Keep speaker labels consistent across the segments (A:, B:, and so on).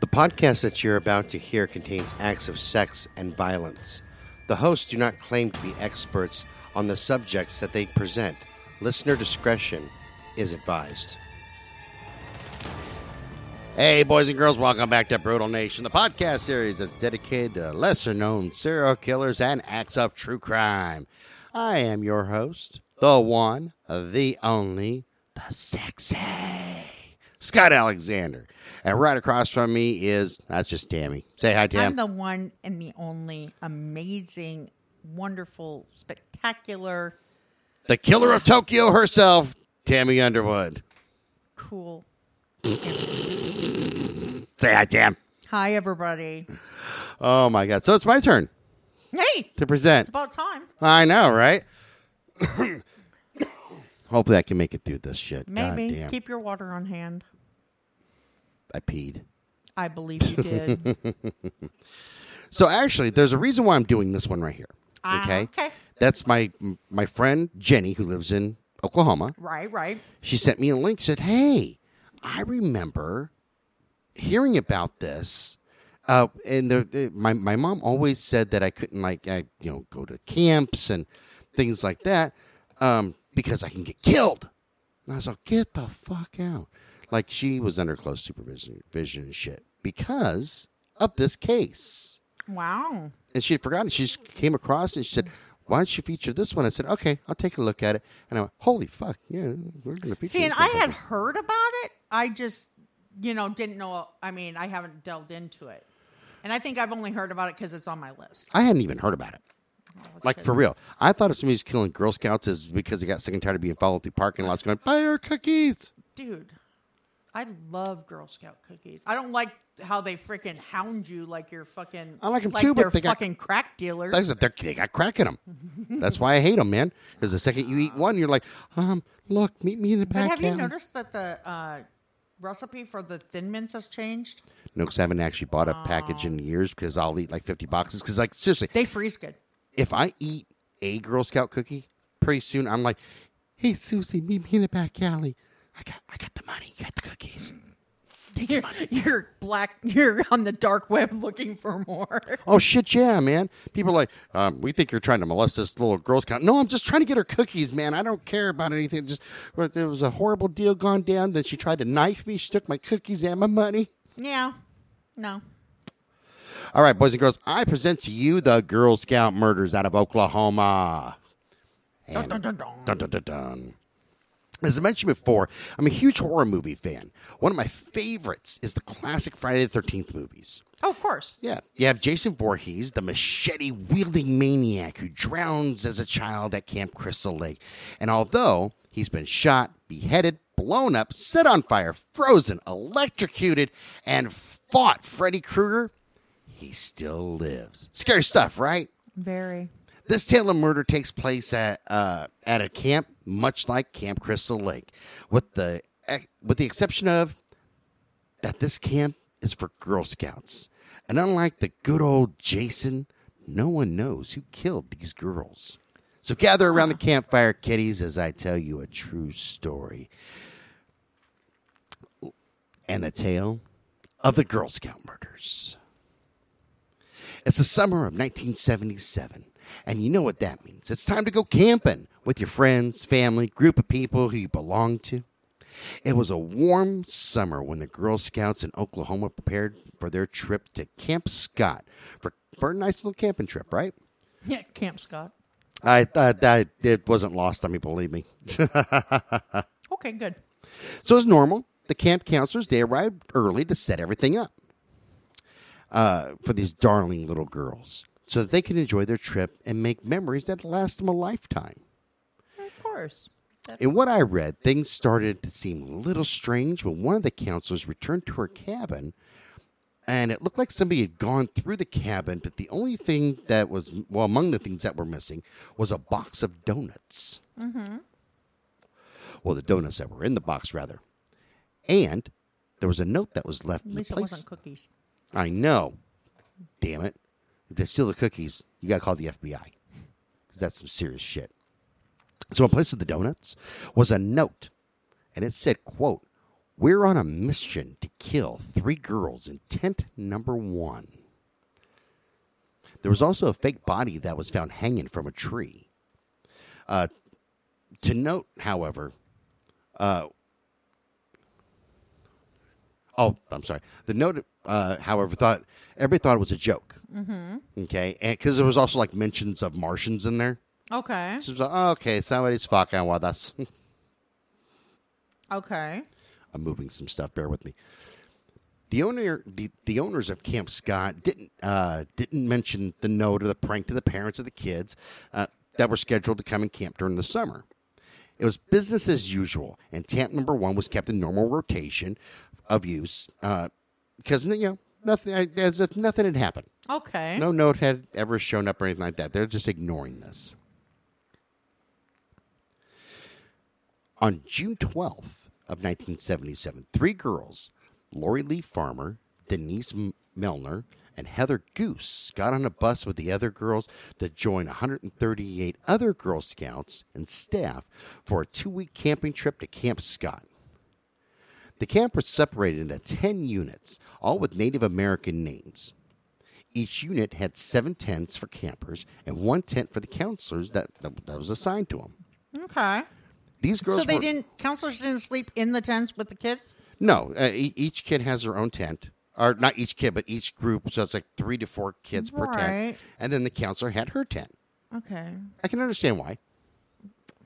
A: The podcast that you're about to hear contains acts of sex and violence. The hosts do not claim to be experts on the subjects that they present. Listener discretion is advised. Hey, boys and girls, welcome back to Brutal Nation, the podcast series that's dedicated to lesser known serial killers and acts of true crime. I am your host, the one, the only, the sexy Scott Alexander. And right across from me is, that's just Tammy. Say hi, Tam.
B: I'm the one and the only amazing, wonderful, spectacular,
A: the killer of Tokyo herself, Tammy Underwood.
B: cool.
A: Say hi, Tam.
B: Hi, everybody.
A: Oh my God. So it's my turn
B: Hey,
A: to
B: it's
A: present.
B: about time.
A: I know, right? Hopefully I can make it through this shit. God
B: Maybe
A: damn.
B: keep your water on hand.
A: I peed.
B: I believe you did.
A: So actually, there's a reason why I'm doing this one right here.
B: Ah,
A: Okay.
B: okay.
A: That's my my friend Jenny who lives in Oklahoma.
B: right, right.
A: She sent me a link. Said, "Hey, I remember hearing about this." Uh, and the, the- my my mom always said that I couldn't like I you know go to camps and things like that um, because I can get killed. And I was like, "Get the fuck out!" Like she was under close supervision, vision and shit because of this case
B: Wow.
A: and she had forgotten. She just came across and she said, "Why don't you feature this one?" I said, "Okay, I'll take a look at it." And I went, "Holy fuck, yeah, we're gonna feature."
B: See, and
A: this
B: I
A: motherfucker."
B: had heard about it. I just, you know, didn't know. I mean, I haven't delved into it. And I think I've only heard about it because it's on my list.
A: I hadn't even heard about it.
B: Oh, that's
A: Like
B: good.
A: for real, I thought if somebody was killing Girl Scouts is because they got sick and tired of being followed through parking lots, going buy our cookies.
B: Dude, I love Girl Scout cookies. I don't like how they freaking hound you like you're fucking.
A: I like 'em too, but
B: they're
A: they got-
B: fucking crack dealers.
A: That's what they're- they got crack in them. That's why I hate them, man. Because the second you eat one, you're like, um, look, meet me in the
B: But
A: back.
B: have you
A: alley.
B: noticed that the uh, recipe for the Thin Mints has changed?
A: No, because I haven't actually bought a package in years because I'll eat like 50 boxes. Because like seriously,
B: They freeze good.
A: if I eat a Girl Scout cookie, pretty soon I'm like, "Hey Susie, meet me in the back alley. I got, I got the money. You got the cookies."
B: You're, you're black. You're on the dark web looking for more.
A: Oh shit, yeah, man. People are like, um, "We think you're trying to molest this little Girl Scout." No, I'm just trying to get her cookies, man. I don't care about anything. Just but there was a horrible deal gone down. Then she tried to knife me. She took my cookies and my money.
B: Yeah. No.
A: All right, boys and girls, I present to you the Girl Scout murders out of Oklahoma.
B: Dun, dun, dun, dun.
A: Dun, dun, dun, dun. As I mentioned before, I'm a huge horror movie fan. One of my favorites is the classic Friday the 13th movies.
B: Oh, of course.
A: Yeah. You have Jason Voorhees, the machete wielding maniac who drowns as a child at Camp Crystal Lake. And although he's been shot, beheaded, blown up, set on fire, frozen, electrocuted, and fought Freddy Krueger, he still lives. Scary stuff, right?
B: Very.
A: This tale of murder takes place at uh, at a camp, much like Camp Crystal Lake, with the ex- with the exception of that this camp is for Girl Scouts, and unlike the good old Jason, no one knows who killed these girls. So gather around the campfire, kiddies, as I tell you a true story and the tale of the Girl Scout murders. It's the summer of 1977, and you know what that means. It's time to go camping with your friends, family, group of people who you belong to. It was a warm summer when the Girl Scouts in Oklahoma prepared for their trip to Camp Scott for, for a nice little camping trip, right?
B: Yeah, Camp Scott.
A: I thought that it wasn't lost on me, believe me.
B: Okay, good.
A: So as normal, the camp counselors they arrived early to set everything up uh, for these darling little girls, so that they can enjoy their trip and make memories that last them a lifetime.
B: Of course. That-
A: In what I read, things started to seem a little strange when one of the counselors returned to her cabin, and it looked like somebody had gone through the cabin. But the only thing that was well, among the things that were missing, was a box of donuts. Mm-hmm. Well, the donuts that were in the box, rather, and there was a note that was left. in
B: At
A: the
B: least it
A: place.
B: wasn't cookies.
A: I know. Damn it. If they steal the cookies, you got to call the FBI. 'Cause that's some serious shit. So in place of the donuts was a note. And it said, quote, We're on a mission to kill three girls in tent number one. There was also a fake body that was found hanging from a tree. Uh, to note, however, uh, oh, I'm sorry. The note, uh, however, thought everybody thought it was a joke.
B: Mm-hmm.
A: Okay, and because there was also like mentions of Martians in there,
B: Okay.
A: so it was like, oh, okay, somebody's fucking with us.
B: Okay.
A: I'm moving some stuff. Bear with me. The owner, the, the owners of Camp Scott didn't uh, didn't mention the note or the prank to the parents of the kids uh, that were scheduled to come and camp during the summer. It was business as usual, and camp number one was kept in normal rotation of use because you know nothing as if nothing had happened.
B: Okay.
A: No note had ever shown up or anything like that. They're just ignoring this. On June 12th of 1977, three girls, Lori Lee Farmer, Denise M- Milner, and Heather Goose, got on a bus with the other girls to join 138 other Girl Scouts and staff for a two week camping trip to Camp Scott. The camp was separated into 10 units, all with Native American names. Each unit had seven tents for campers and one tent for the counselors that, that, that was assigned to them.
B: Okay.
A: These girls
B: So they
A: were-
B: didn't. Counselors didn't sleep in the tents with the kids.
A: No, uh, e- each kid has their own tent, or not each kid, but each group. So it's like three to four kids per tent,
B: Right.
A: and then the counselor had her tent.
B: Okay.
A: I can understand why.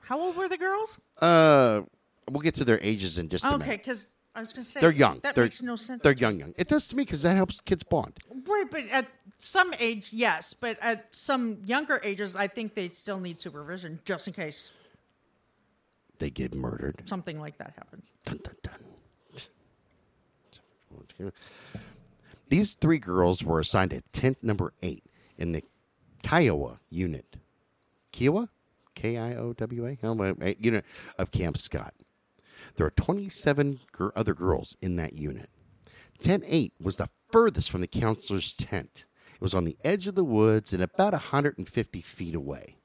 B: How old were the girls?
A: Uh, we'll get to their ages in just a
B: Okay,
A: minute.
B: because I was gonna say
A: They're young.
B: That
A: They're-
B: makes no sense.
A: They're young, young. It does to me because that helps kids bond.
B: Right, but at some age, yes. But at some younger ages, I think they still need supervision just in case
A: They get murdered.
B: something like that happens.
A: Dun, dun, dun. These three girls were assigned at tent number eight in the Kiowa unit. Kiowa? K I O W A? How am I- Unit of Camp Scott. There are 27 gir- other girls in that unit. Tent 8 was the furthest from the counselor's tent. It was on the edge of the woods and about 150 feet away.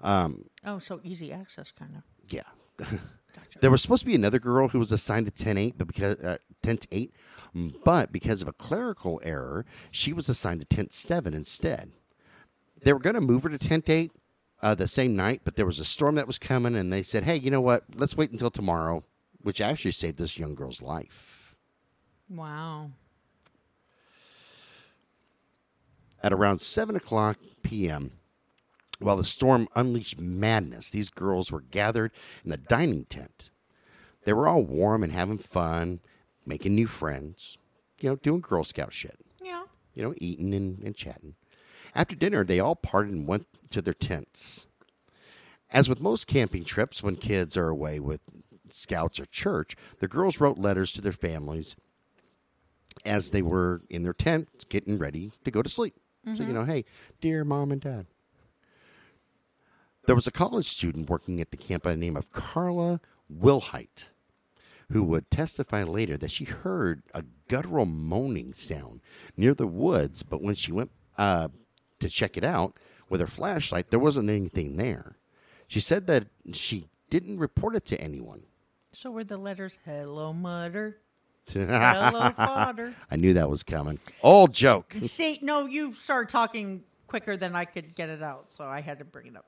B: Oh, so easy access, kind of.
A: Yeah. There was supposed to be another girl who was assigned to tent eight, but because uh, tent eight, mm, but because of a clerical error, she was assigned to tent seven instead. They were going to move her to tent eight uh, the same night, but there was a storm that was coming, and they said, "Hey, you know what? Let's wait until tomorrow," which actually saved this young girl's life.
B: Wow.
A: at around 7 o'clock p.m. While the storm unleashed madness, these girls were gathered in the dining tent. They were all warm and having fun, making new friends, you know, doing Girl Scout shit,
B: Yeah.
A: you know, eating and, and chatting. After dinner, they all parted and went to their tents. As with most camping trips, when kids are away with scouts or church, the girls wrote letters to their families as they were in their tents getting ready to go to sleep. So, you know, hey, dear mom and dad. There was a college student working at the camp by the name of Carla Wilhite, who would testify later that she heard a guttural moaning sound near the woods, but when she went uh, to check it out with her flashlight, there wasn't anything there. She said that she didn't report it to anyone.
B: So were the letters "Hello, Mudder," "Hello, Fodder."
A: I knew that was coming. Old joke.
B: See, no, you started talking quicker than I could get it out, so I had to bring it up.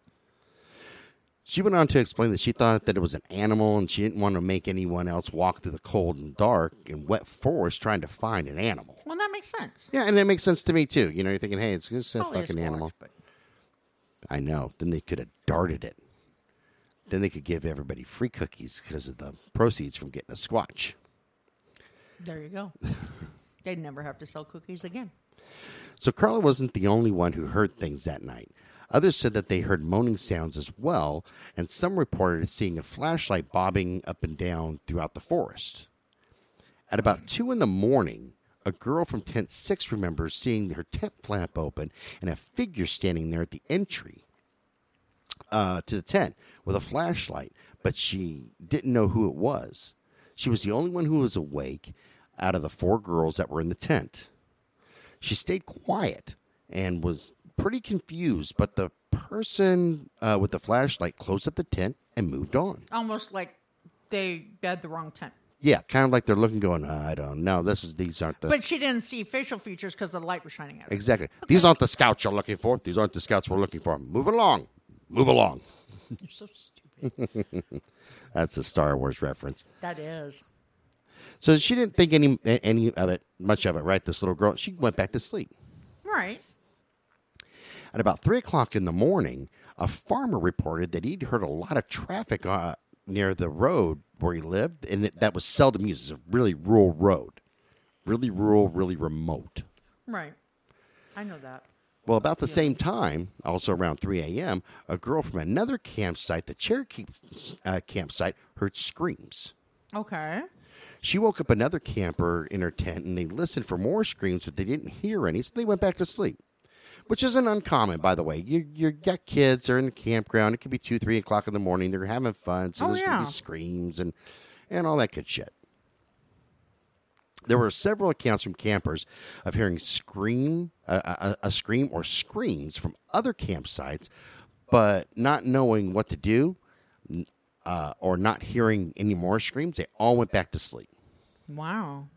A: She went on to explain that she thought that it was an animal and she didn't want to make anyone else walk through the cold and dark and wet forest trying to find an animal.
B: Well, that makes sense.
A: Yeah, and it makes sense to me too. You know, you're thinking, hey, it's just a
B: Probably a
A: fucking
B: squatch,
A: animal.
B: but-
A: I know. Then they could have darted it. Then they could give everybody free cookies because of the proceeds from getting a squatch.
B: There you go. They'd never have to sell cookies again.
A: So Carla wasn't the only one who heard things that night. Others said that they heard moaning sounds as well, and some reported seeing a flashlight bobbing up and down throughout the forest. At about two in the morning, a girl from tent six remembers seeing her tent flap open and a figure standing there at the entry uh, to the tent with a flashlight, but she didn't know who it was. She was the only one who was awake out of the four girls that were in the tent. She stayed quiet and was pretty confused, but the person uh, with the flashlight closed up the tent and moved on.
B: Almost like they had the wrong tent.
A: Yeah, kind of like they're looking, going, I don't know. This is these aren't the
B: But she didn't see facial features because the light was shining at her.
A: exactly. These aren't the scouts you're looking for. These aren't the scouts we're looking for. Move along, move along.
B: You're so stupid.
A: That's a Star Wars reference.
B: that is.
A: So she didn't think any a- any of it, much of it, right? This little girl, she went back to sleep.
B: Right.
A: At about three o'clock in the morning, a farmer reported that he'd heard a lot of traffic uh, near the road where he lived, and it, that was seldom used. It's a really rural road, really rural, really remote.
B: Right. I know that.
A: Well, about the same time, also around 3 a.m., a girl from another campsite, the Cherokee uh, campsite, heard screams.
B: Okay.
A: She woke up another camper in her tent and they listened for more screams, but they didn't hear any, so they went back to sleep. Which isn't uncommon, by the way. You you got kids, they're in the campground. It could be two, three o'clock in the morning. They're having fun, so
B: Oh,
A: there's gonna
B: yeah.
A: be screams and and all that good shit. There were several accounts from campers of hearing scream, uh, a, a scream or screams from other campsites, but not knowing what to do, n- uh, or not hearing any more screams. They all went back to sleep.
B: Wow.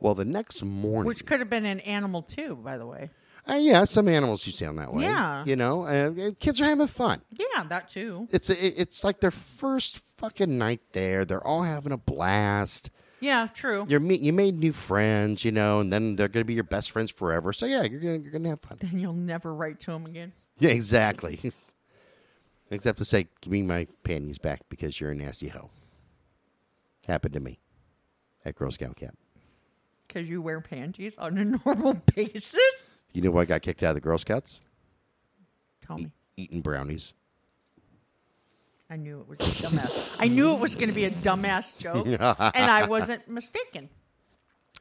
A: Well, the next morning,
B: Which could have been an animal too, by the way.
A: uh, yeah, some animals you sound that way.
B: Yeah.
A: you know, uh, uh, kids are having fun.
B: Yeah, that too.
A: It's it- it's like their first fucking night there. They're all having a blast.
B: Yeah, true.
A: You're meet, you made new friends, you know, and then they're gonna be your best friends forever. So yeah, you're gonna you're gonna have fun.
B: Then you'll never write to him again.
A: Yeah, exactly. Except to say, give me my panties back because you're a nasty hoe. Happened to me at Girl Scout camp.
B: Because you wear panties on a normal basis?
A: You know why I got kicked out of the Girl Scouts?
B: Tell me.
A: Eating brownies.
B: I knew it was a dumbass. I knew it was going to be a dumbass joke, and I wasn't mistaken.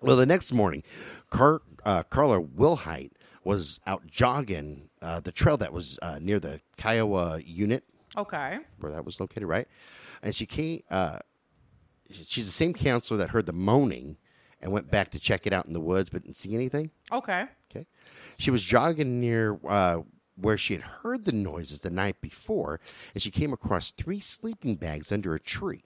A: Well, the next morning, Car- uh, Carla Wilhite was out jogging uh, the trail that was uh, near the Kiowa unit
B: Okay.
A: where that was located, right? And she came. Uh, she's the same counselor that heard the moaning and went back to check it out in the woods, but didn't see anything.
B: Okay.
A: Okay, she was jogging near uh, where she had heard the noises the night before, and she came across three sleeping bags under a tree.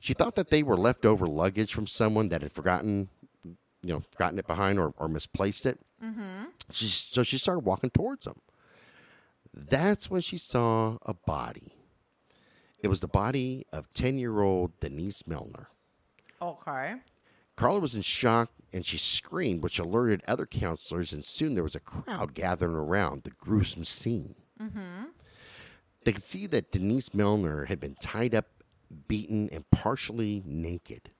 A: She thought that they were leftover luggage from someone that had forgotten, you know, forgotten it behind or, or misplaced it. Mm-hmm. She, so she started walking towards them. That's when she saw a body. It was the body of 10 year old Denise Milner.
B: Okay.
A: Carla was in shock and she screamed, which alerted other counselors, and soon there was a crowd gathering around the gruesome scene. They could see that Denise Milner had been tied up, beaten, and partially naked.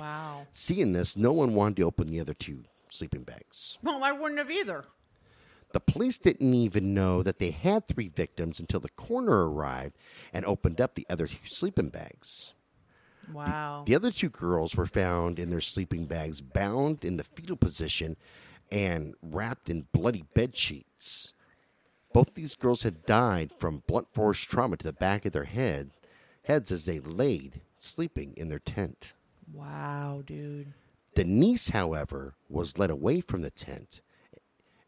B: Wow.
A: Seeing this, no one wanted to open the other two sleeping bags.
B: Well, I wouldn't have either.
A: The police didn't even know that they had three victims until the coroner arrived and opened up the other two sleeping bags.
B: Wow.
A: The other two girls were found in their sleeping bags, bound in the fetal position and wrapped in bloody bed sheets. Both these girls had died from blunt force trauma to the back of their head, heads as they laid sleeping in their tent.
B: Wow, dude.
A: Denise, however, was led away from the tent.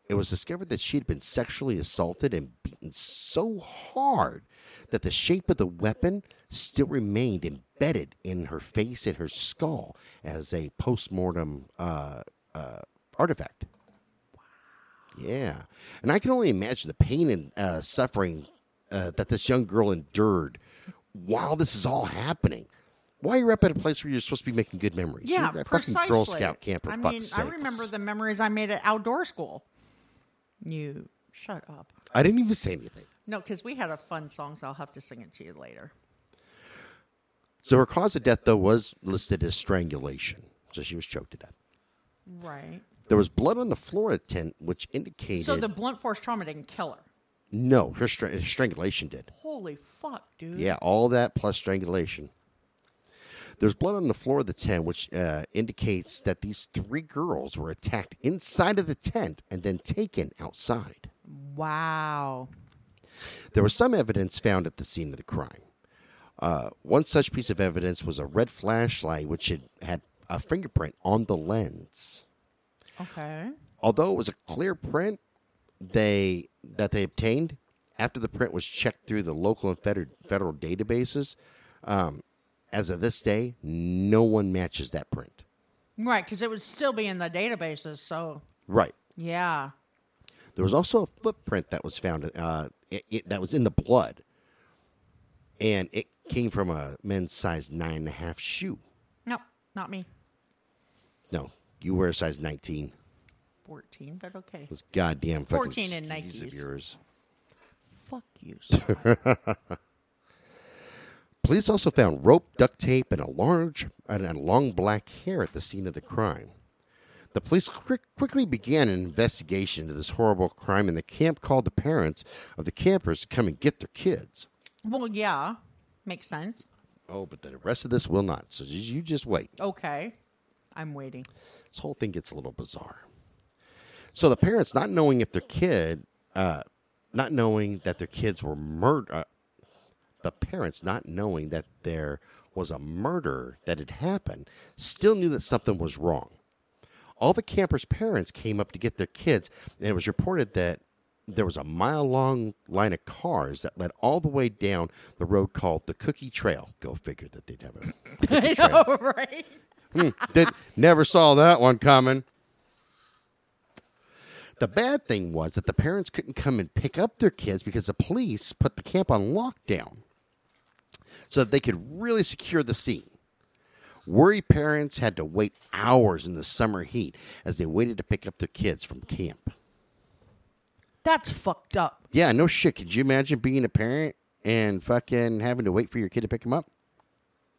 A: It was discovered that she had been sexually assaulted and beaten so hard that the shape of the weapon still remained embedded in her face and her skull as a postmortem uh, uh, artifact. Yeah, and I can only imagine the pain and uh, suffering uh, that this young girl endured while this is all happening. Why you're up at a place where you're supposed to be making good memories?
B: Yeah,
A: you're a
B: precisely.
A: fucking Girl Scout camp. For
B: I
A: fuck's
B: mean,
A: sake.
B: I remember the memories I made at outdoor school. You shut up.
A: I didn't even say anything.
B: No, because we had a fun song, so I'll have to sing it to you later.
A: So her cause of death, though, was listed as strangulation. So she was choked to death.
B: Right.
A: There was blood on the floor of the tent, which indicated
B: So the blunt force trauma didn't kill her.
A: no, her stra- strangulation did.
B: Holy fuck, dude.
A: Yeah, all that plus strangulation. There's blood on the floor of the tent, which uh, indicates that these three girls were attacked inside of the tent and then taken outside.
B: Wow.
A: There was some evidence found at the scene of the crime. Uh, one such piece of evidence was a red flashlight, which had, had a fingerprint on the lens.
B: Okay.
A: although it was a clear print they that they obtained after the print was checked through the local and feder- federal databases, um, as of this day, no one matches that print.
B: Right, because it would still be in the databases. So,
A: Right.
B: yeah.
A: There was also a footprint that was found uh, it, it, that was in the blood, and it came from a men's size nine and a half shoe.
B: No, not me.
A: No, you were a size nineteen.
B: 14, but okay.
A: Those goddamn fucking
B: 14 in
A: skis of
B: Nikes.
A: yours.
B: Fuck you.
A: Police also found rope, duct tape, and a large and a long black hair at the scene of the crime. The police quick, quickly began an investigation into this horrible crime, and the camp called the parents of the campers to come and get their kids.
B: well, yeah. Makes sense.
A: Oh, but the rest of this will not. So you- you just wait.
B: Okay. I'm waiting.
A: This whole thing gets a little bizarre. So the parents, not knowing if their kid, uh, not knowing that their kids were murdered, uh, the parents not knowing that there was a murder that had happened, still knew that something was wrong. All the campers' parents came up to get their kids, and it was reported that there was a mile long line of cars that led all the way down the road called the Cookie Trail. Go figure that they'd have a cookie trail.
B: All right.
A: Hmm, did never saw that one coming. The bad thing was that the parents couldn't come and pick up their kids because the police put the camp on lockdown so that they could really secure the scene. Worried parents had to wait hours in the summer heat as they waited to pick up their kids from camp.
B: That's fucked up.
A: Yeah, no shit. Could you imagine being a parent and fucking having to wait for your kid to pick him up?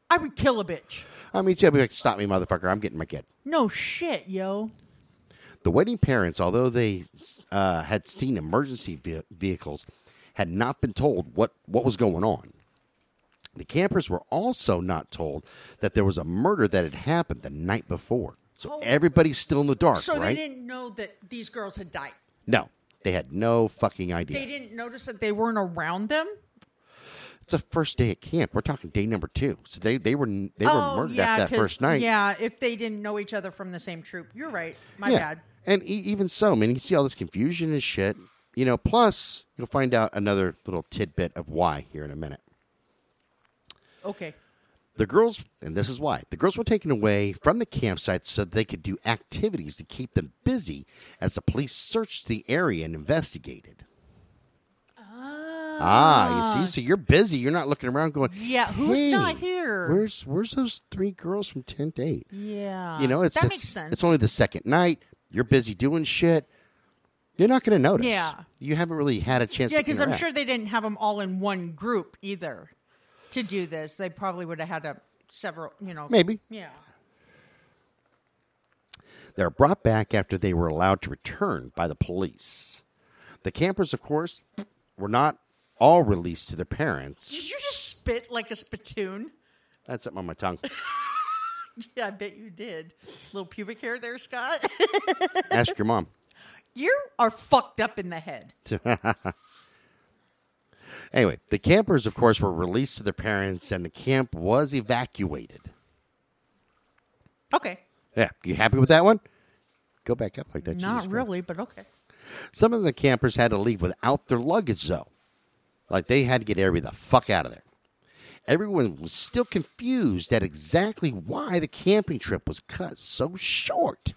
B: I would kill a bitch.
A: I mean, she'll be like, stop me, motherfucker. I'm getting my kid.
B: No shit, yo.
A: The waiting parents, although they uh, had seen emergency ve- vehicles, had not been told what, what was going on. The campers were also not told that there was a murder that had happened the night before. So
B: Oh.
A: everybody's still in the dark,
B: So
A: right?
B: they didn't know that these girls had died.
A: no, they had no fucking
B: They
A: idea.
B: didn't notice that they weren't around them.
A: It's the first day at camp. We're talking day number two. So they, they were they were
B: oh,
A: murdered
B: yeah,
A: after that
B: 'cause-
A: first night.
B: Yeah, if they didn't know each other from the same troop, you're right. My bad.
A: And e- even so, man, you see all this confusion and shit. You know, plus you'll find out another little tidbit of why here in a minute.
B: Okay.
A: The girls, and this is why, the girls were taken away from the campsite so they could do activities to keep them busy as the police searched the area and investigated. Ah, you see, so you're busy. You're not looking around going,
B: Yeah, who's
A: "Hey,
B: not here?"
A: Where's where's those three girls from ten to eight?
B: Yeah.
A: You know, it's
B: Ah, that
A: it's,
B: makes sense.
A: It's only the second night. You're busy doing shit. You're not going to notice.
B: Yeah.
A: you haven't really had a chance.
B: yeah,
A: to
B: because I'm
A: interact.
B: sure they didn't have them all in one group either. To do this, they probably would have had a several. You know,
A: maybe
B: Yeah.
A: They are brought back after they were allowed to return by the police. The campers, of course, were not all released to their
B: Did
A: parents.
B: you just spit like a spittoon?
A: That's something on my tongue.
B: Yeah, I bet you did. Little pubic hair there, Scott.
A: Ask your mom.
B: you are fucked up in the head.
A: Anyway, the campers, of course, were released to their parents, and the camp was evacuated.
B: Okay.
A: Yeah, you happy with that one? Go back up like that. Jesus
B: Not
A: Christ.
B: really, but okay.
A: Some of the campers had to leave without their luggage, though. Like they had to get everybody the fuck out of there. Everyone was still confused at exactly why the camping trip was cut so short.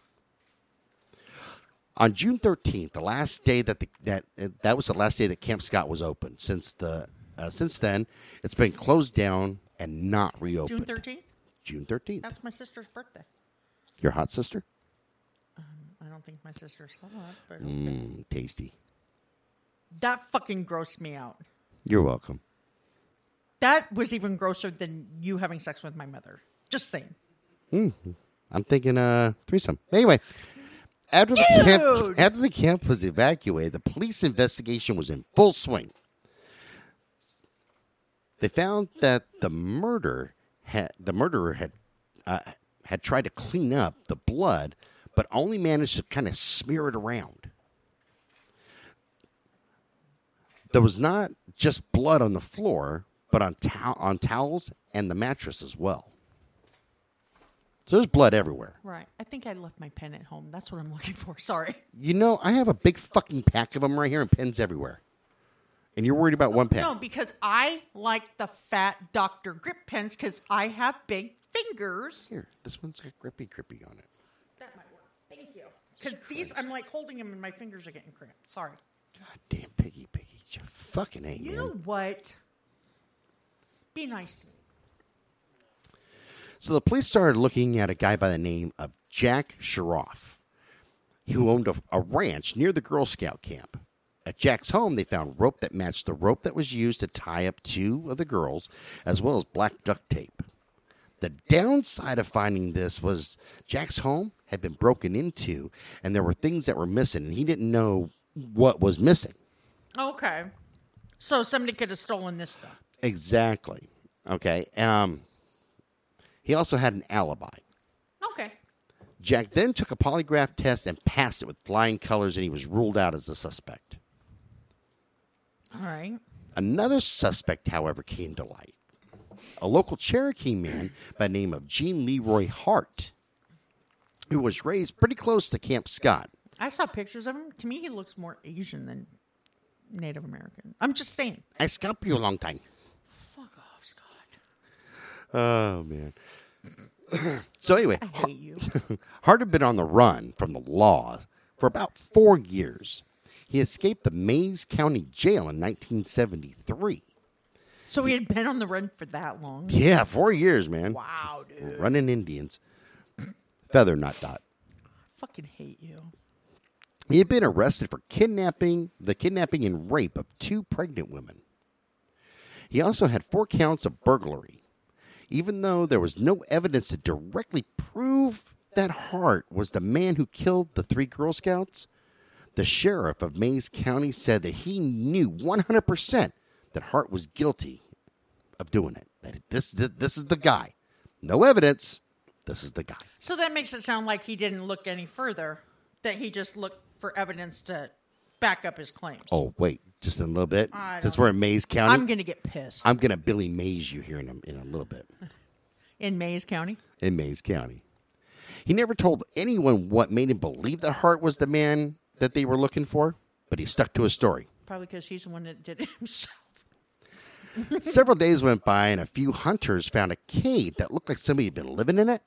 A: On June thirteenth, the last day that the, that uh, that was the last day that Camp Scott was open. Since the uh, since then, it's been closed down and not
B: June
A: reopened.
B: thirteenth.
A: June thirteenth.
B: That's my sister's birthday.
A: Your hot sister,
B: I don't think my sister's hot, but
A: mm, tasty.
B: that fucking grossed me out.
A: You're welcome.
B: That was even grosser than you having sex with my mother. Just saying.
A: I'm thinking uh threesome. Anyway, after the camp
B: Dude!
A: after the camp was evacuated, the police investigation was in full swing. They found that the murder had the murderer had uh, had tried to clean up the blood, but only managed to kind of smear it around. There was not just blood on the floor, but on tow- on towels and the mattress as well. So there's blood everywhere.
B: Right. I think I left my pen at home. That's what I'm looking for. Sorry.
A: You know, I have a big fucking pack of them right here and pins everywhere. and you're worried about one pen.
B: No, because I like the fat Dr. Grip pens because I have big fingers.
A: Here, this one's got grippy grippy on it.
B: That might work. Thank you. Because these, I'm like holding them and my fingers are getting cramped. Sorry.
A: God damn, piggy, piggy, you fucking ain't
B: You
A: man.
B: know what? Be nice to me.
A: So the police started looking at a guy by the name of Jack Sharoff, who owned a, a ranch near the Girl Scout camp. At Jack's home, they found rope that matched the rope that was used to tie up two of the girls, as well as black duct tape. The downside of finding this was Jack's home had been broken into, and there were things that were missing, and he didn't know what was missing.
B: Okay. So somebody could have stolen this stuff.
A: Exactly. Okay. Um, he also had an alibi.
B: Okay.
A: Jack then took a polygraph test and passed it with flying colors, and he was ruled out as a suspect.
B: All right.
A: Another suspect, however, came to light a local Cherokee man by the name of Gene Leroy Hart, who was raised pretty close to Camp Scott.
B: I saw pictures of him. To me, he looks more Asian than Native American. I'm just saying.
A: I scalped you a long time.
B: Fuck off, Scott.
A: Oh, man. so, anyway,
B: I hate you.
A: Hart had been on the run from the law for about four years. He escaped the Mays County Jail in 1973.
B: so he had been on the run for that long.
A: Yeah, four years, man.
B: Wow, dude.
A: running Indians. Feather, not dot.
B: I fucking hate you.
A: He had been arrested for kidnapping, the kidnapping and rape of two pregnant women. He also had four counts of burglary, even though there was no evidence to directly prove that Hart was the man who killed the three Girl Scouts. The sheriff of Mays County said that he knew 100% that Hart was guilty of doing it. That this, this, this is the guy. No evidence. This is the guy.
B: So that makes it sound like he didn't look any further, that he just looked for evidence to back up his claims.
A: Oh wait, just in a little bit.
B: I don't
A: Since we're in Mays County,
B: I'm
A: I'm,
B: going to get pissed.
A: gonna Billy Mays you here in a, in a little bit
B: In Mays County?
A: in Mays County. He never told anyone what made him believe that Hart was the man that they were looking for, but he stuck to his story.
B: Probably because he's the one that did it himself.
A: Several days went by, and a few hunters found a cave that looked like somebody had been living in it.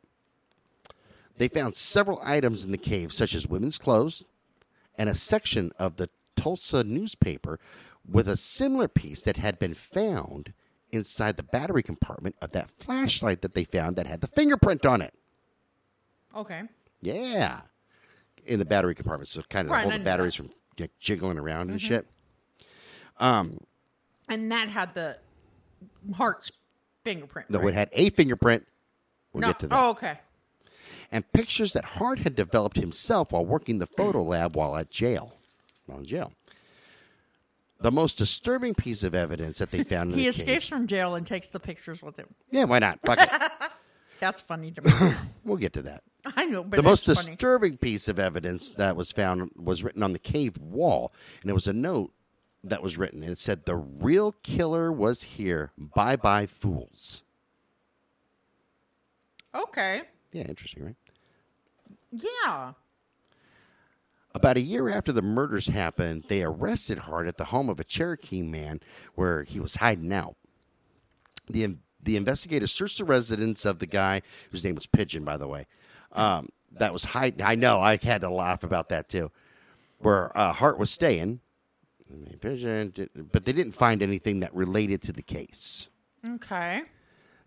A: They found several items in the cave, such as women's clothes and a section of the Tulsa newspaper with a similar piece that had been found inside the battery compartment of that flashlight that they found that had the fingerprint on it.
B: Okay.
A: Yeah. In the battery compartment. So kind of
B: Right, Mm-hmm.
A: hold
B: I
A: the
B: know
A: batteries from like, jiggling around and shit.
B: And that had the heart's fingerprint.
A: No,
B: right?
A: it had a fingerprint. We'll
B: No.
A: get to that.
B: Oh, okay.
A: and pictures that Hart had developed himself while working the photo lab while at jail. While in jail. The most disturbing piece of evidence that they found in
B: He
A: the cave.
B: escapes from jail and takes the pictures with him.
A: Yeah, why not? Fuck it.
B: That's funny to me.
A: We'll get to that.
B: I know, but
A: The most
B: that's funny.
A: disturbing piece of evidence that was found was written on the cave wall, and it was a note that was written, and it said, "The real killer was here. Bye, bye, fools."
B: okay.
A: Yeah, interesting, right?
B: Yeah.
A: About a year after the murders happened, they arrested Hart at the home of a Cherokee man where he was hiding out. The, the investigators searched the residence of the guy, whose name was Pigeon, by the way, um, that was hiding. I know, I had to laugh about that too, where uh, Hart was staying. I mean, Pigeon, did- but they didn't find anything that related to the case.
B: Okay.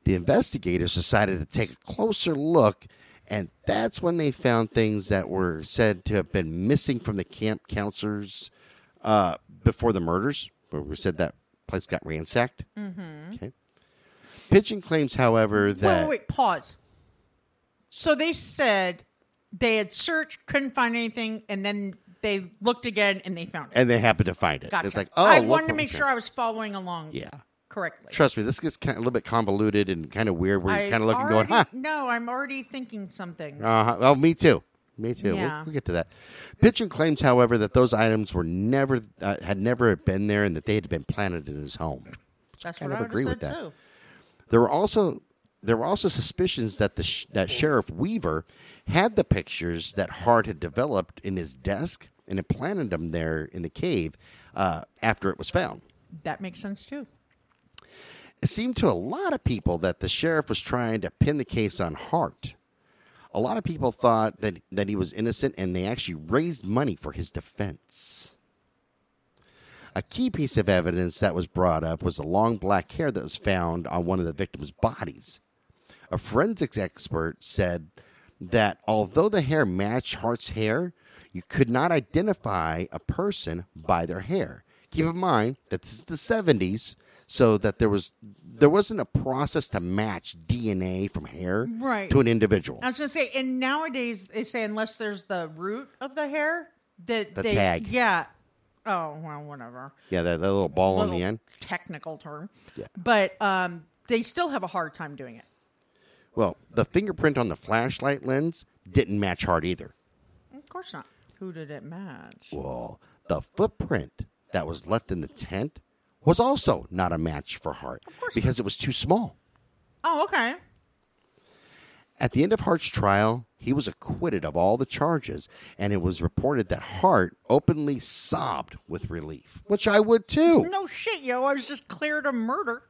A: The investigators decided to take a closer look, and that's when they found things that were said to have been missing from the camp counselors uh, before the murders. Where we said that place got ransacked. Mm-hmm. Okay. Pigeon claims, however,
B: Wait, wait,
A: that
B: wait. Pause. So they said they had searched, couldn't find anything, and then they looked again and they found it.
A: and they happened to find it.
B: Gotcha.
A: It's like, oh,
B: I
A: look
B: wanted
A: what
B: to
A: we
B: make
A: found.
B: sure I was following along
A: Yeah.
B: correctly.
A: Trust me, this gets kind of, a little bit convoluted and kind of weird. Where
B: I
A: you're kind of looking,
B: already,
A: going, huh?
B: No, I'm already thinking something.
A: Uh-huh. Well, me too. Me too. We'll-
B: Yeah.
A: We'll, get to that. Pigeon claims, however, that those items were never uh, had never been there, and that they had been planted in his home.
B: That's
A: kind
B: what
A: of
B: I would
A: agree
B: have
A: with
B: said
A: that.
B: too.
A: There were also there were also suspicions that the sh- that Sheriff Weaver had the pictures that Hart had developed in his desk and had planted them there in the cave uh, after it was found.
B: That makes sense too.
A: It seemed to a lot of people that the sheriff was trying to pin the case on Hart. A lot of people thought that, that he was innocent and they actually raised money for his defense. A key piece of evidence that was brought up was the long black hair that was found on one of the victim's bodies. A forensics expert said that although the hair matched Hart's hair, you could not identify a person by their hair. Keep in mind that this is the 70s, so that there was there wasn't a process to match DNA from hair
B: Right.
A: to an individual.
B: I was going to say, and nowadays they say unless there's the root of the hair, that
A: The
B: they,
A: tag.
B: yeah. Oh well, whatever.
A: Yeah, that, that little ball on the
B: Little
A: end.
B: technical term.
A: Yeah.
B: But um, they still have a hard time doing it.
A: Well, the fingerprint on the flashlight lens didn't match Hart either.
B: Of course not. Who did it match?
A: Well, the footprint that was left in the tent was also not a match for Hart because it was too small.
B: Oh, okay.
A: At the end of Hart's trial, he was acquitted of all the charges, and it was reported that Hart openly sobbed with relief, which I would too.
B: No shit, yo. I was just cleared of murder.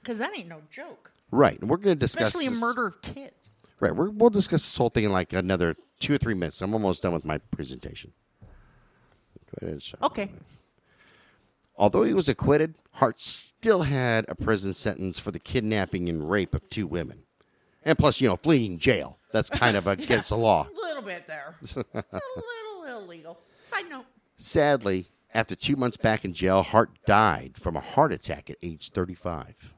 B: Because that ain't no joke.
A: Right, and we're going to discuss
B: Especially a
A: this-
B: murder of kids.
A: Right, we're, we'll discuss this whole thing in like another two or three minutes. I'm almost done with my presentation. Go ahead and start.
B: Okay.
A: Although he was acquitted, Hart still had a prison sentence for the kidnapping and rape of two women. And plus, you know, fleeing jail. That's kind of against the law.
B: A little bit there. it's a little illegal. Side note.
A: Sadly, after two months back in jail, Hart died from a heart attack at age 35.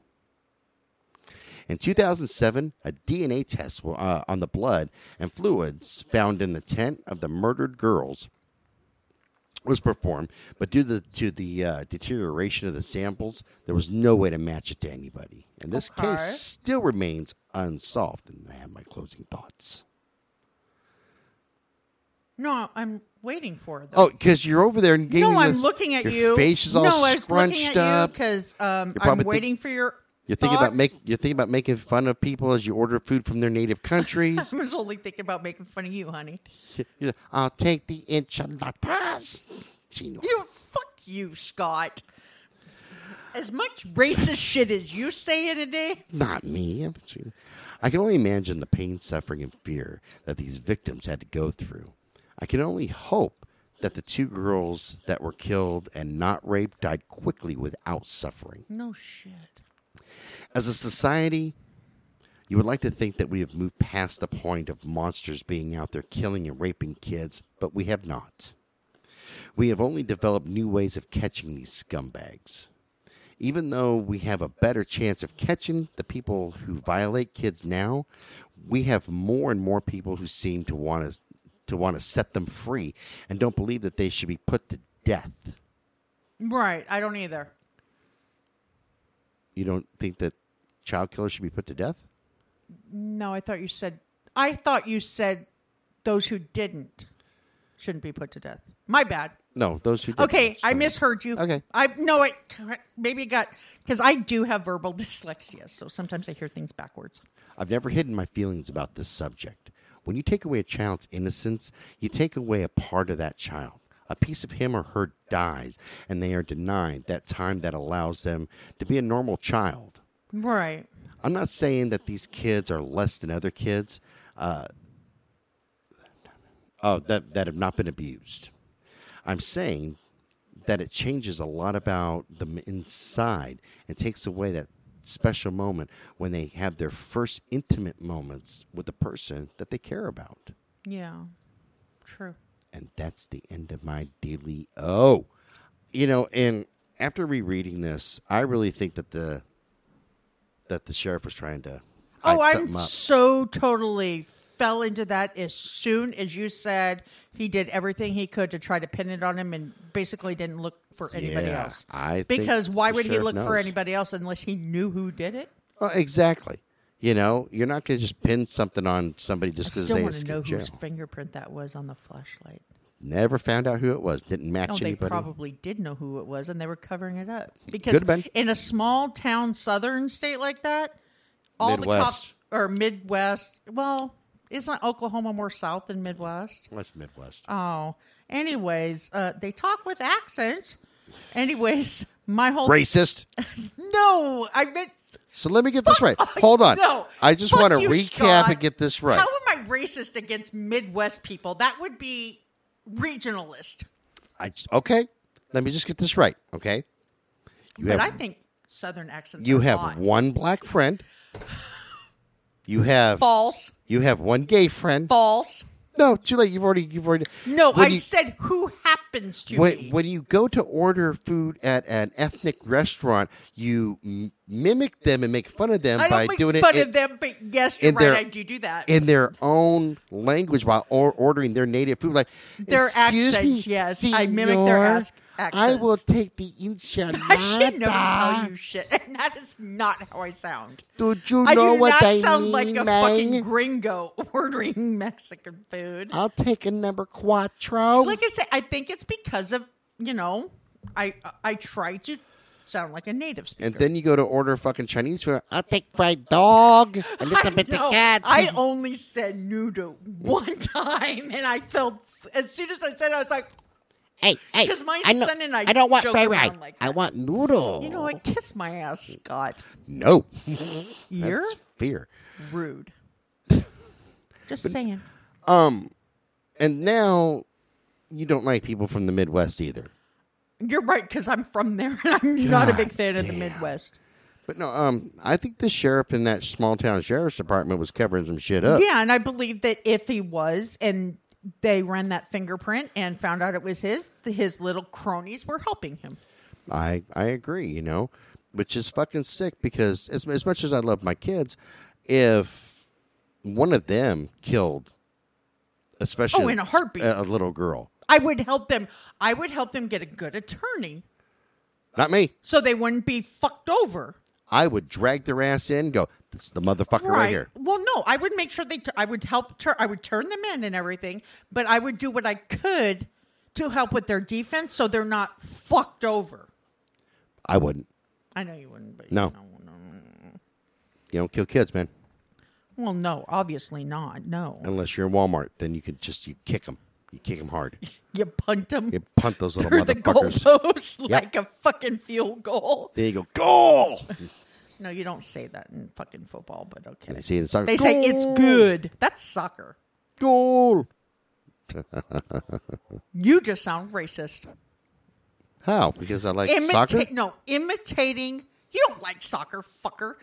A: In 2007, a DNA test uh, on the blood and fluids found in the tent of the murdered girls was performed, but due to, to the uh, deterioration of the samples, there was no way to match it to anybody. And this
B: Okay.
A: case still remains unsolved. And I have my closing thoughts.
B: No, I'm waiting for it. though.
A: Oh, because you're over there and getting
B: no, I'm
A: this-
B: looking at
A: your
B: you.
A: Face is all
B: no, I was
A: scrunched
B: looking at
A: up.
B: because um, I'm
A: probably think-
B: waiting for your.
A: You're thinking about
B: thoughts.
A: make you're thinking about making fun of people as you order food from their native countries.
B: I was only thinking about making fun of you, honey.
A: You're like, I'll take the enchiladas. Senor.
B: You know, fuck you, Scott. As much racist shit as you say in a day,
A: Not me. I'm Senor. I can only imagine the pain, suffering, and fear that these victims had to go through. I can only hope that the two girls that were killed and not raped died quickly without suffering.
B: no shit.
A: As a society, you would like to think that we have moved past the point of monsters being out there killing and raping kids, but we have not. We have only developed new ways of catching these scumbags. Even though we have a better chance of catching the people who violate kids now, we have more and more people who seem to want to to want to set them free and don't believe that they should be put to death.
B: Right, I don't either.
A: You don't think that child killers should be put to death?
B: No, I thought you said. I thought you said those who didn't shouldn't be put to death. My bad.
A: No, those who did
B: Okay, I
A: sorry.
B: misheard you.
A: Okay.
B: I no, it maybe it got because I do have verbal dyslexia, so sometimes I hear things backwards.
A: I've never hidden my feelings about this subject. When you take away a child's innocence, you take away a part of that child. A piece of him or her dies, and they are denied that time that allows them to be a normal child.
B: Right.
A: I'm not saying that these kids are less than other kids uh, oh, that, that have not been abused. I'm saying that it changes a lot about them inside and takes away that special moment when they have their first intimate moments with the person that they care about.
B: Yeah. True.
A: And that's the end of my daily oh. You know, and after rereading this, I really think that the that the sheriff was trying to hide
B: oh, I'm
A: something up.
B: so totally fell into that as soon as you said he did everything he could to try to pin it on him and basically didn't look for anybody
A: Yeah,
B: else.
A: I think
B: because why
A: the
B: would he
A: sheriff
B: look for
A: knows.
B: anybody else unless he knew who did it?
A: Well, Oh, exactly. You know, you're not going to just pin something on somebody just
B: I
A: because
B: still
A: they
B: want to know
A: escaped jail.
B: whose fingerprint that was on the flashlight.
A: Never found out who it was. Didn't match
B: Oh, they
A: anybody.
B: probably did know who it was, and they were covering it up because
A: Could've been.
B: in a small town, southern state like that, all the cops
A: Midwest.
B: or Midwest. Well, isn't Oklahoma more south than Midwest?
A: What's Midwest?
B: uh, Oh, anyways, uh, they talk with accents. Anyways, my whole
A: Racist.
B: no, I meant
A: So let me get this right. Hold on.
B: Oh, no.
A: I just
B: Fuck
A: want to
B: you,
A: recap
B: Scott.
A: and get this right.
B: How am I racist against Midwest people? That would be regionalist.
A: I just, okay. Let me just get this right. Okay. You
B: But
A: have
B: I think Southern accents.
A: you
B: are
A: have
B: hot.
A: one black friend. You have
B: false,
A: you have one gay friend.
B: false.
A: No, too late. You've already you've already
B: No,
A: When
B: I
A: you-
B: said who happens to
A: when,
B: me.
A: when you go to order food at an ethnic restaurant, you m- mimic them and make fun of them
B: I
A: by
B: don't make
A: doing it
B: fun
A: in,
B: of them, but yes, you're
A: in
B: right.
A: their-
B: I do do that.
A: in their own language while or- ordering their native food. Like
B: Their
A: "Excuse me,
B: accents, yes. I mimic their
A: senor,
B: ask-
A: I will
B: accents." take
A: take the enchilada.
B: I should never tell you shit, and that is not how I sound.
A: Do you
B: I
A: know
B: do
A: what
B: not
A: I
B: sound
A: mean,
B: like a
A: man?
B: fucking gringo ordering Mexican food.
A: I'll take a number quattro.
B: like I say, I think it's because of you know, I I try to sound like a native speaker.
A: and then you go to order fucking Chinese food. I'll take fried dog, a little bit
B: No,
A: of cat.
B: I only said noodle one time, and I felt as soon as I said, it, I was like,
A: hey, hey.
B: 'Cause my
A: I know-
B: son and I
A: don't want
B: joke
A: fried
B: around
A: rice.
B: like
A: I want noodle.
B: you know what? Kiss my ass, Scott.
A: No.
B: You're
A: Oh. That's fear.
B: rude. Just saying.
A: Um, And now you don't like people from the Midwest either.
B: You're right because I'm from there, and I'm not a big
A: God
B: fan of the
A: damn.
B: Midwest.
A: But no, um, I think the sheriff in that small town sheriff's department was covering some shit up.
B: Yeah, and I believe that if he was, and they ran that fingerprint and found out it was his, th- his little cronies were helping him.
A: I I agree, you know, which is fucking sick because as as much as I love my kids, if one of them killed, especially
B: Oh, in a heartbeat.
A: a, a little girl,
B: I would help them. I would help them get a good attorney
A: not me,
B: so they wouldn't be fucked over.
A: I would drag their ass in. and Go, this is the motherfucker right, here.
B: Well, no, I would make sure they. T- I would help. Tur- I would turn them in and everything, but I would do what I could to help with their defense, so they're not fucked over.
A: I wouldn't.
B: I know you wouldn't, but
A: No.
B: you know, no.
A: You don't kill kids, man,
B: well, no, obviously not. No,
A: unless you're in Walmart. Then you can just you kick them. You kick them hard.
B: you punt them
A: You punt those little
B: through the goal
A: motherfuckers.
B: post like a fucking field goal.
A: there you go. Goal.
B: No, you don't say that in fucking football, but okay.
A: They say in soccer,
B: They say it's
A: "Goal,
B: good. That's soccer.
A: Goal.
B: You just sound racist.
A: How? Because I like
B: Imita-
A: soccer.
B: No, imitating. You don't like soccer, fucker.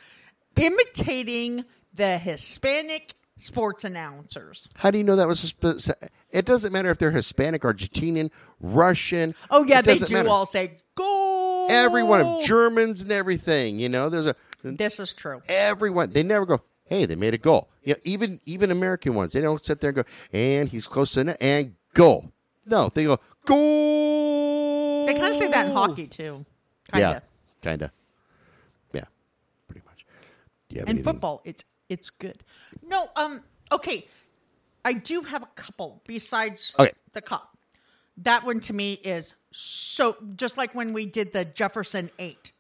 B: Imitating the Hispanic sports announcers.
A: How do you know that was? a Sp- it doesn't matter if they're Hispanic, Argentinian, Russian.
B: Oh yeah,
A: It
B: they
A: doesn't
B: do
A: matter.
B: all say go.
A: Every one of Germans and everything. You know, there's a
B: This is true.
A: everyone. They never go. Hey, they made a goal. Yeah, even even American ones. They don't sit there and go. And he's close to net and goal. No, they go goal.
B: They kind of say that in hockey too. Kinda.
A: Yeah, kind of. Yeah, pretty much. Do you have
B: And
A: anything?
B: football, it's it's good. No, um, okay. I do have a couple besides
A: Okay.
B: the cop. That one to me is so just like when we did the Jefferson Eight.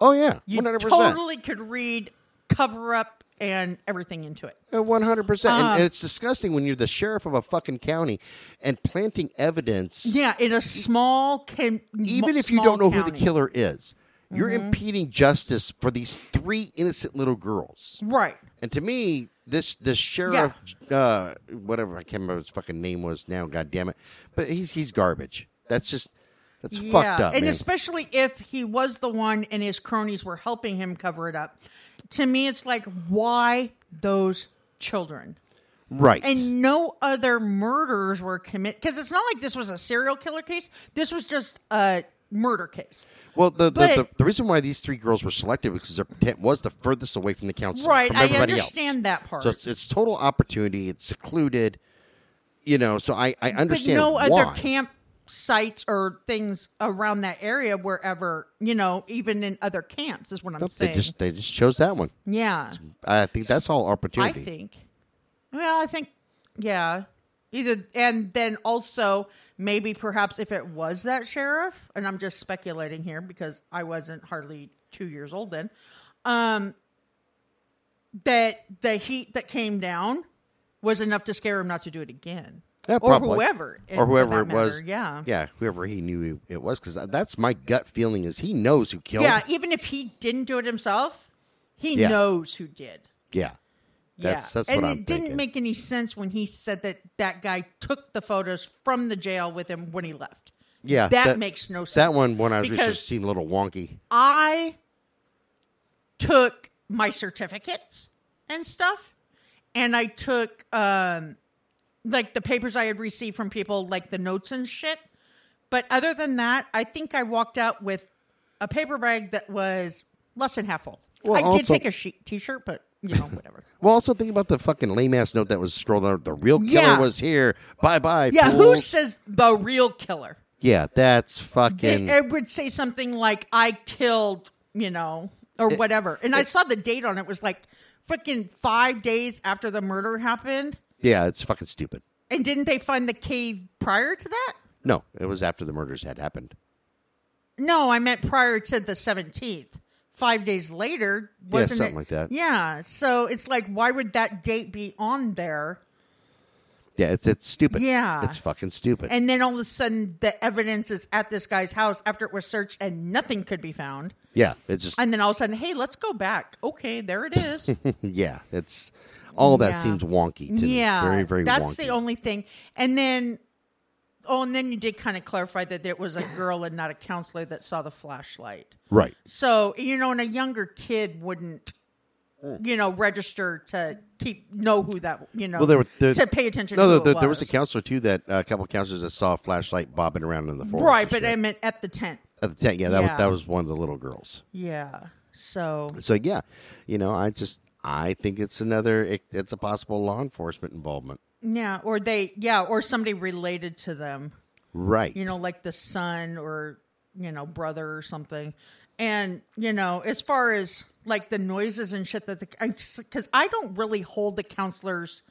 A: Oh yeah,
B: You
A: one hundred percent.
B: totally could read cover up and everything into it.
A: Uh, One hundred percent,
B: Um,
A: and it's disgusting when you're the sheriff of a fucking county and planting evidence.
B: Yeah, in a small can
A: even if you don't know who the killer is, you're
B: Mm-hmm.
A: impeding justice for these three innocent little girls.
B: Right.
A: And to me, this this sheriff, uh, whatever I can't remember what his fucking name was now. God damn it! But he's he's garbage. That's just that's fucked
B: yeah.
A: up,
B: and
A: man.
B: especially if he was the one and his cronies were helping him cover it up. To me it's like why those children?
A: right?
B: And no other murders were committed because it's not like this was a serial killer case. This was just a murder case.
A: well, the, the,
B: but-
A: the the reason why these three girls were selected because their intent was the furthest away from the council,
B: Right,
A: From
B: I
A: everybody
B: understand
A: else.
B: that part.
A: So it's, it's total opportunity. It's secluded. You know, so I I
B: But
A: understand
B: no
A: why.
B: other camp sites or things around that area wherever, you know, even in other camps is what I'm
A: Nope, they
B: saying.
A: just they just chose that one.
B: yeah.
A: I think that's all
B: I
A: opportunity.
B: think. Well, I think yeah. Either and then also maybe perhaps if it was that sheriff, and I'm just speculating here because I wasn't hardly two years old then, um that the heat that came down was enough to scare him not to do it again.
A: Yeah,
B: or
A: probably.
B: whoever, it-
A: or
B: for
A: whoever
B: that
A: it was.
B: matter, Yeah.
A: yeah, whoever he knew it was, because that's my gut feeling is he knows who killed.
B: Yeah, even if he didn't do it himself, he
A: Yeah.
B: knows who did.
A: yeah, That's-
B: yeah.
A: that's
B: and
A: what
B: it
A: I'm
B: didn't
A: thinking.
B: make any sense when he said that that guy took the photos from the jail with him when he left.
A: yeah.
B: that, makes no sense.
A: Ah, that one when I was
B: Because-
A: researching seemed a little wonky.
B: I took my certificates and stuff, and I took um, like the papers I had received from people, like the notes and shit. But other than that, I think I walked out with a paper bag that was less than half full.
A: Well,
B: I did
A: also-
B: take a she- t-shirt, but you know, whatever.
A: Well, also think about the fucking lame ass note that was scrolled out. The real killer
B: Yeah.
A: was here. Bye bye.
B: yeah,
A: fools.
B: who says the real killer?
A: Yeah, that's
B: It,
A: fucking.
B: it would say something like "I killed," you know, or whatever. And I saw the date on it was like freaking five days after the murder happened.
A: yeah, it's fucking stupid.
B: And didn't they find the cave prior to that?
A: No, it was after the murders had happened.
B: No, I meant prior to the seventeenth. Five days later, wasn't
A: something
B: it?
A: like that.
B: Yeah, so it's like, why would that date be on there?
A: Yeah, it's it's stupid.
B: Yeah.
A: it's fucking stupid.
B: And then all of a sudden, the evidence is at this guy's house after it was searched and nothing could be found.
A: yeah, it's just
B: And then all of a sudden, hey, let's go back. Okay, there it is.
A: yeah, it's all that
B: Yeah.
A: seems wonky. To
B: yeah,
A: me. very very.
B: That's
A: wonky.
B: the only thing. And then, oh, and then you did kind of clarify that it was a girl and not a counselor that saw the flashlight.
A: right.
B: So you know, and a younger kid wouldn't,
A: Mm.
B: you know, register to keep know who that you know
A: Well, there were there,
B: to pay attention.
A: No,
B: to
A: there,
B: who
A: there-
B: it
A: there was a counselor too that uh, a couple of counselors that saw a flashlight bobbing around in the forest.
B: right,
A: and
B: but
A: shit.
B: I meant at the tent.
A: at the tent, yeah, that
B: Yeah.
A: was that was one of the little girls.
B: Yeah. So
A: So yeah, you know, I just I think it's another it, it's a possible law enforcement involvement.
B: yeah, or they yeah, or somebody related to them.
A: Right.
B: you know, like the son or, you know, brother or something. And, you know, as far as like the noises and shit that the, because I don't really hold the counselors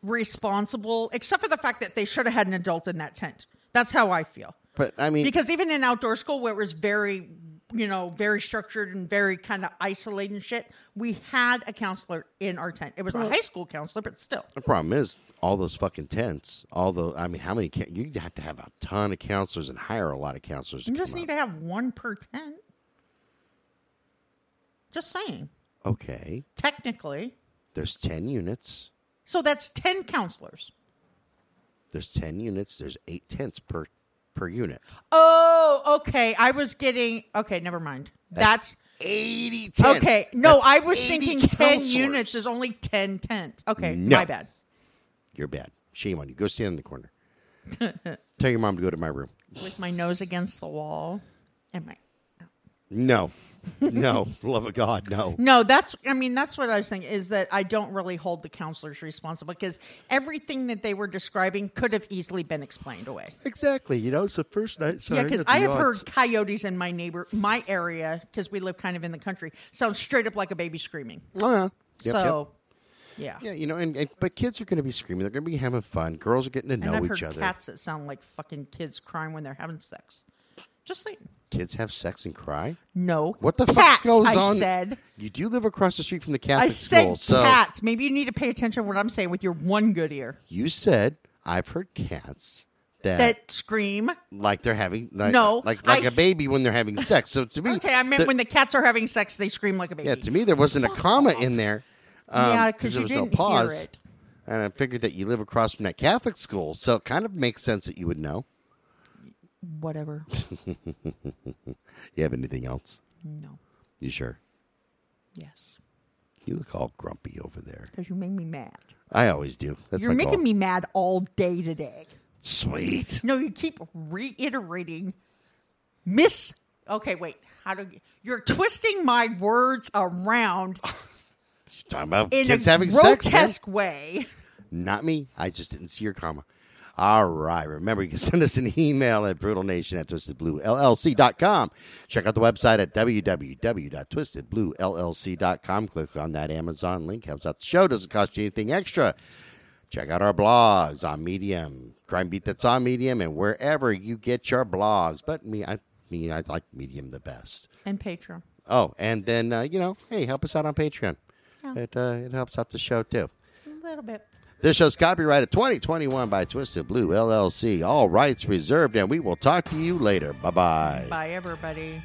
B: responsible, except for the fact that they should have had an adult in that tent. That's how I feel.
A: but I mean,
B: Because even in outdoor school where it was very, you know, very structured and very kind of isolated and shit, we had a counselor in our tent. It was a high school counselor, but still.
A: The problem is all those fucking tents. All the I mean, how many? Can, you have to have a ton of counselors and hire a lot of counselors. To
B: You
A: come
B: just need
A: out.
B: to have one per tent. Just saying.
A: okay,
B: Technically.
A: there's ten units.
B: So that's 10 counselors.
A: There's ten units. There's eight tents per per unit.
B: Oh, okay. I was getting. Okay, never mind. That's.
A: Eighty tents.
B: okay. No,
A: That's
B: I was
A: 80
B: thinking 10
A: counselors.
B: units is only 10 tents. Okay,
A: No.
B: my bad.
A: You're bad. Shame on you. Go stand in the corner. Tell your mom to go to my room.
B: With my nose against the wall and my.
A: No, no, for love of God, no.
B: No, that's I mean that's what I was thinking is that I don't really hold the counselors responsible because everything that they were describing could have easily been explained away.
A: Exactly. You know, it's the first night. Sorry,
B: Yeah, because
A: at the
B: I have
A: odds.
B: heard coyotes in my neighbor, my area, because we live kind of in the country, sound straight up like a baby screaming.
A: Oh, yeah. Yep, yep.
B: so, yeah.
A: Yeah, you know, and, and but kids are going to be screaming. They're going to be having fun. Girls are getting to
B: And
A: know
B: I've heard
A: each other.
B: cats that sound like fucking kids crying when they're having sex. Just saying.
A: Kids have sex and cry.
B: No.
A: What the
B: cats,
A: fuck goes
B: I
A: on?
B: said.
A: You do live across the street from the Catholic
B: I
A: school,
B: said
A: so
B: cats. Maybe you need to pay attention to what I'm saying with your one good ear.
A: you said I've heard cats that,
B: That scream.
A: like they're having like,
B: No,
A: like like
B: I
A: a
B: s-
A: baby when they're having sex. So to me,
B: Okay, I meant
A: the-
B: when the cats are having sex, they scream like a baby.
A: yeah, to me there wasn't a comma in there. Um,
B: Yeah,
A: because
B: 'cause you
A: there was no
B: didn't hear
A: pause,
B: it.
A: and I figured that you live across from that Catholic school, so it kind of makes sense that you would know.
B: Whatever.
A: You have anything else?
B: No.
A: You sure?
B: Yes.
A: You look all grumpy over there.
B: Because you make me mad.
A: I always do. That's
B: You're
A: my
B: making
A: goal.
B: me mad all day today.
A: sweet.
B: No, you keep reiterating miss. Okay, wait. How do you, you're twisting my words around
A: Talking about
B: in
A: kids
B: a
A: having
B: grotesque
A: sex, man.
B: way?
A: Not me. I just didn't see your comma. All right. Remember, you can send us an email at brutalnation at twistedbluellc.com. Check out the website at www.twistedbluellc.com. Click on that Amazon link. Helps out the show. Doesn't cost you anything extra. Check out our blogs on Medium, Crime Beat that's on Medium, and wherever you get your blogs. But me, I mean, I like Medium the best.
B: And Patreon.
A: Oh, and then uh, you know, hey, help us out on Patreon. It uh, it helps out the show too.
B: A little bit.
A: This show's copyrighted 2021 by Twisted Blue LLC. All rights reserved, and we will talk to you later. Bye-bye.
B: Bye, everybody.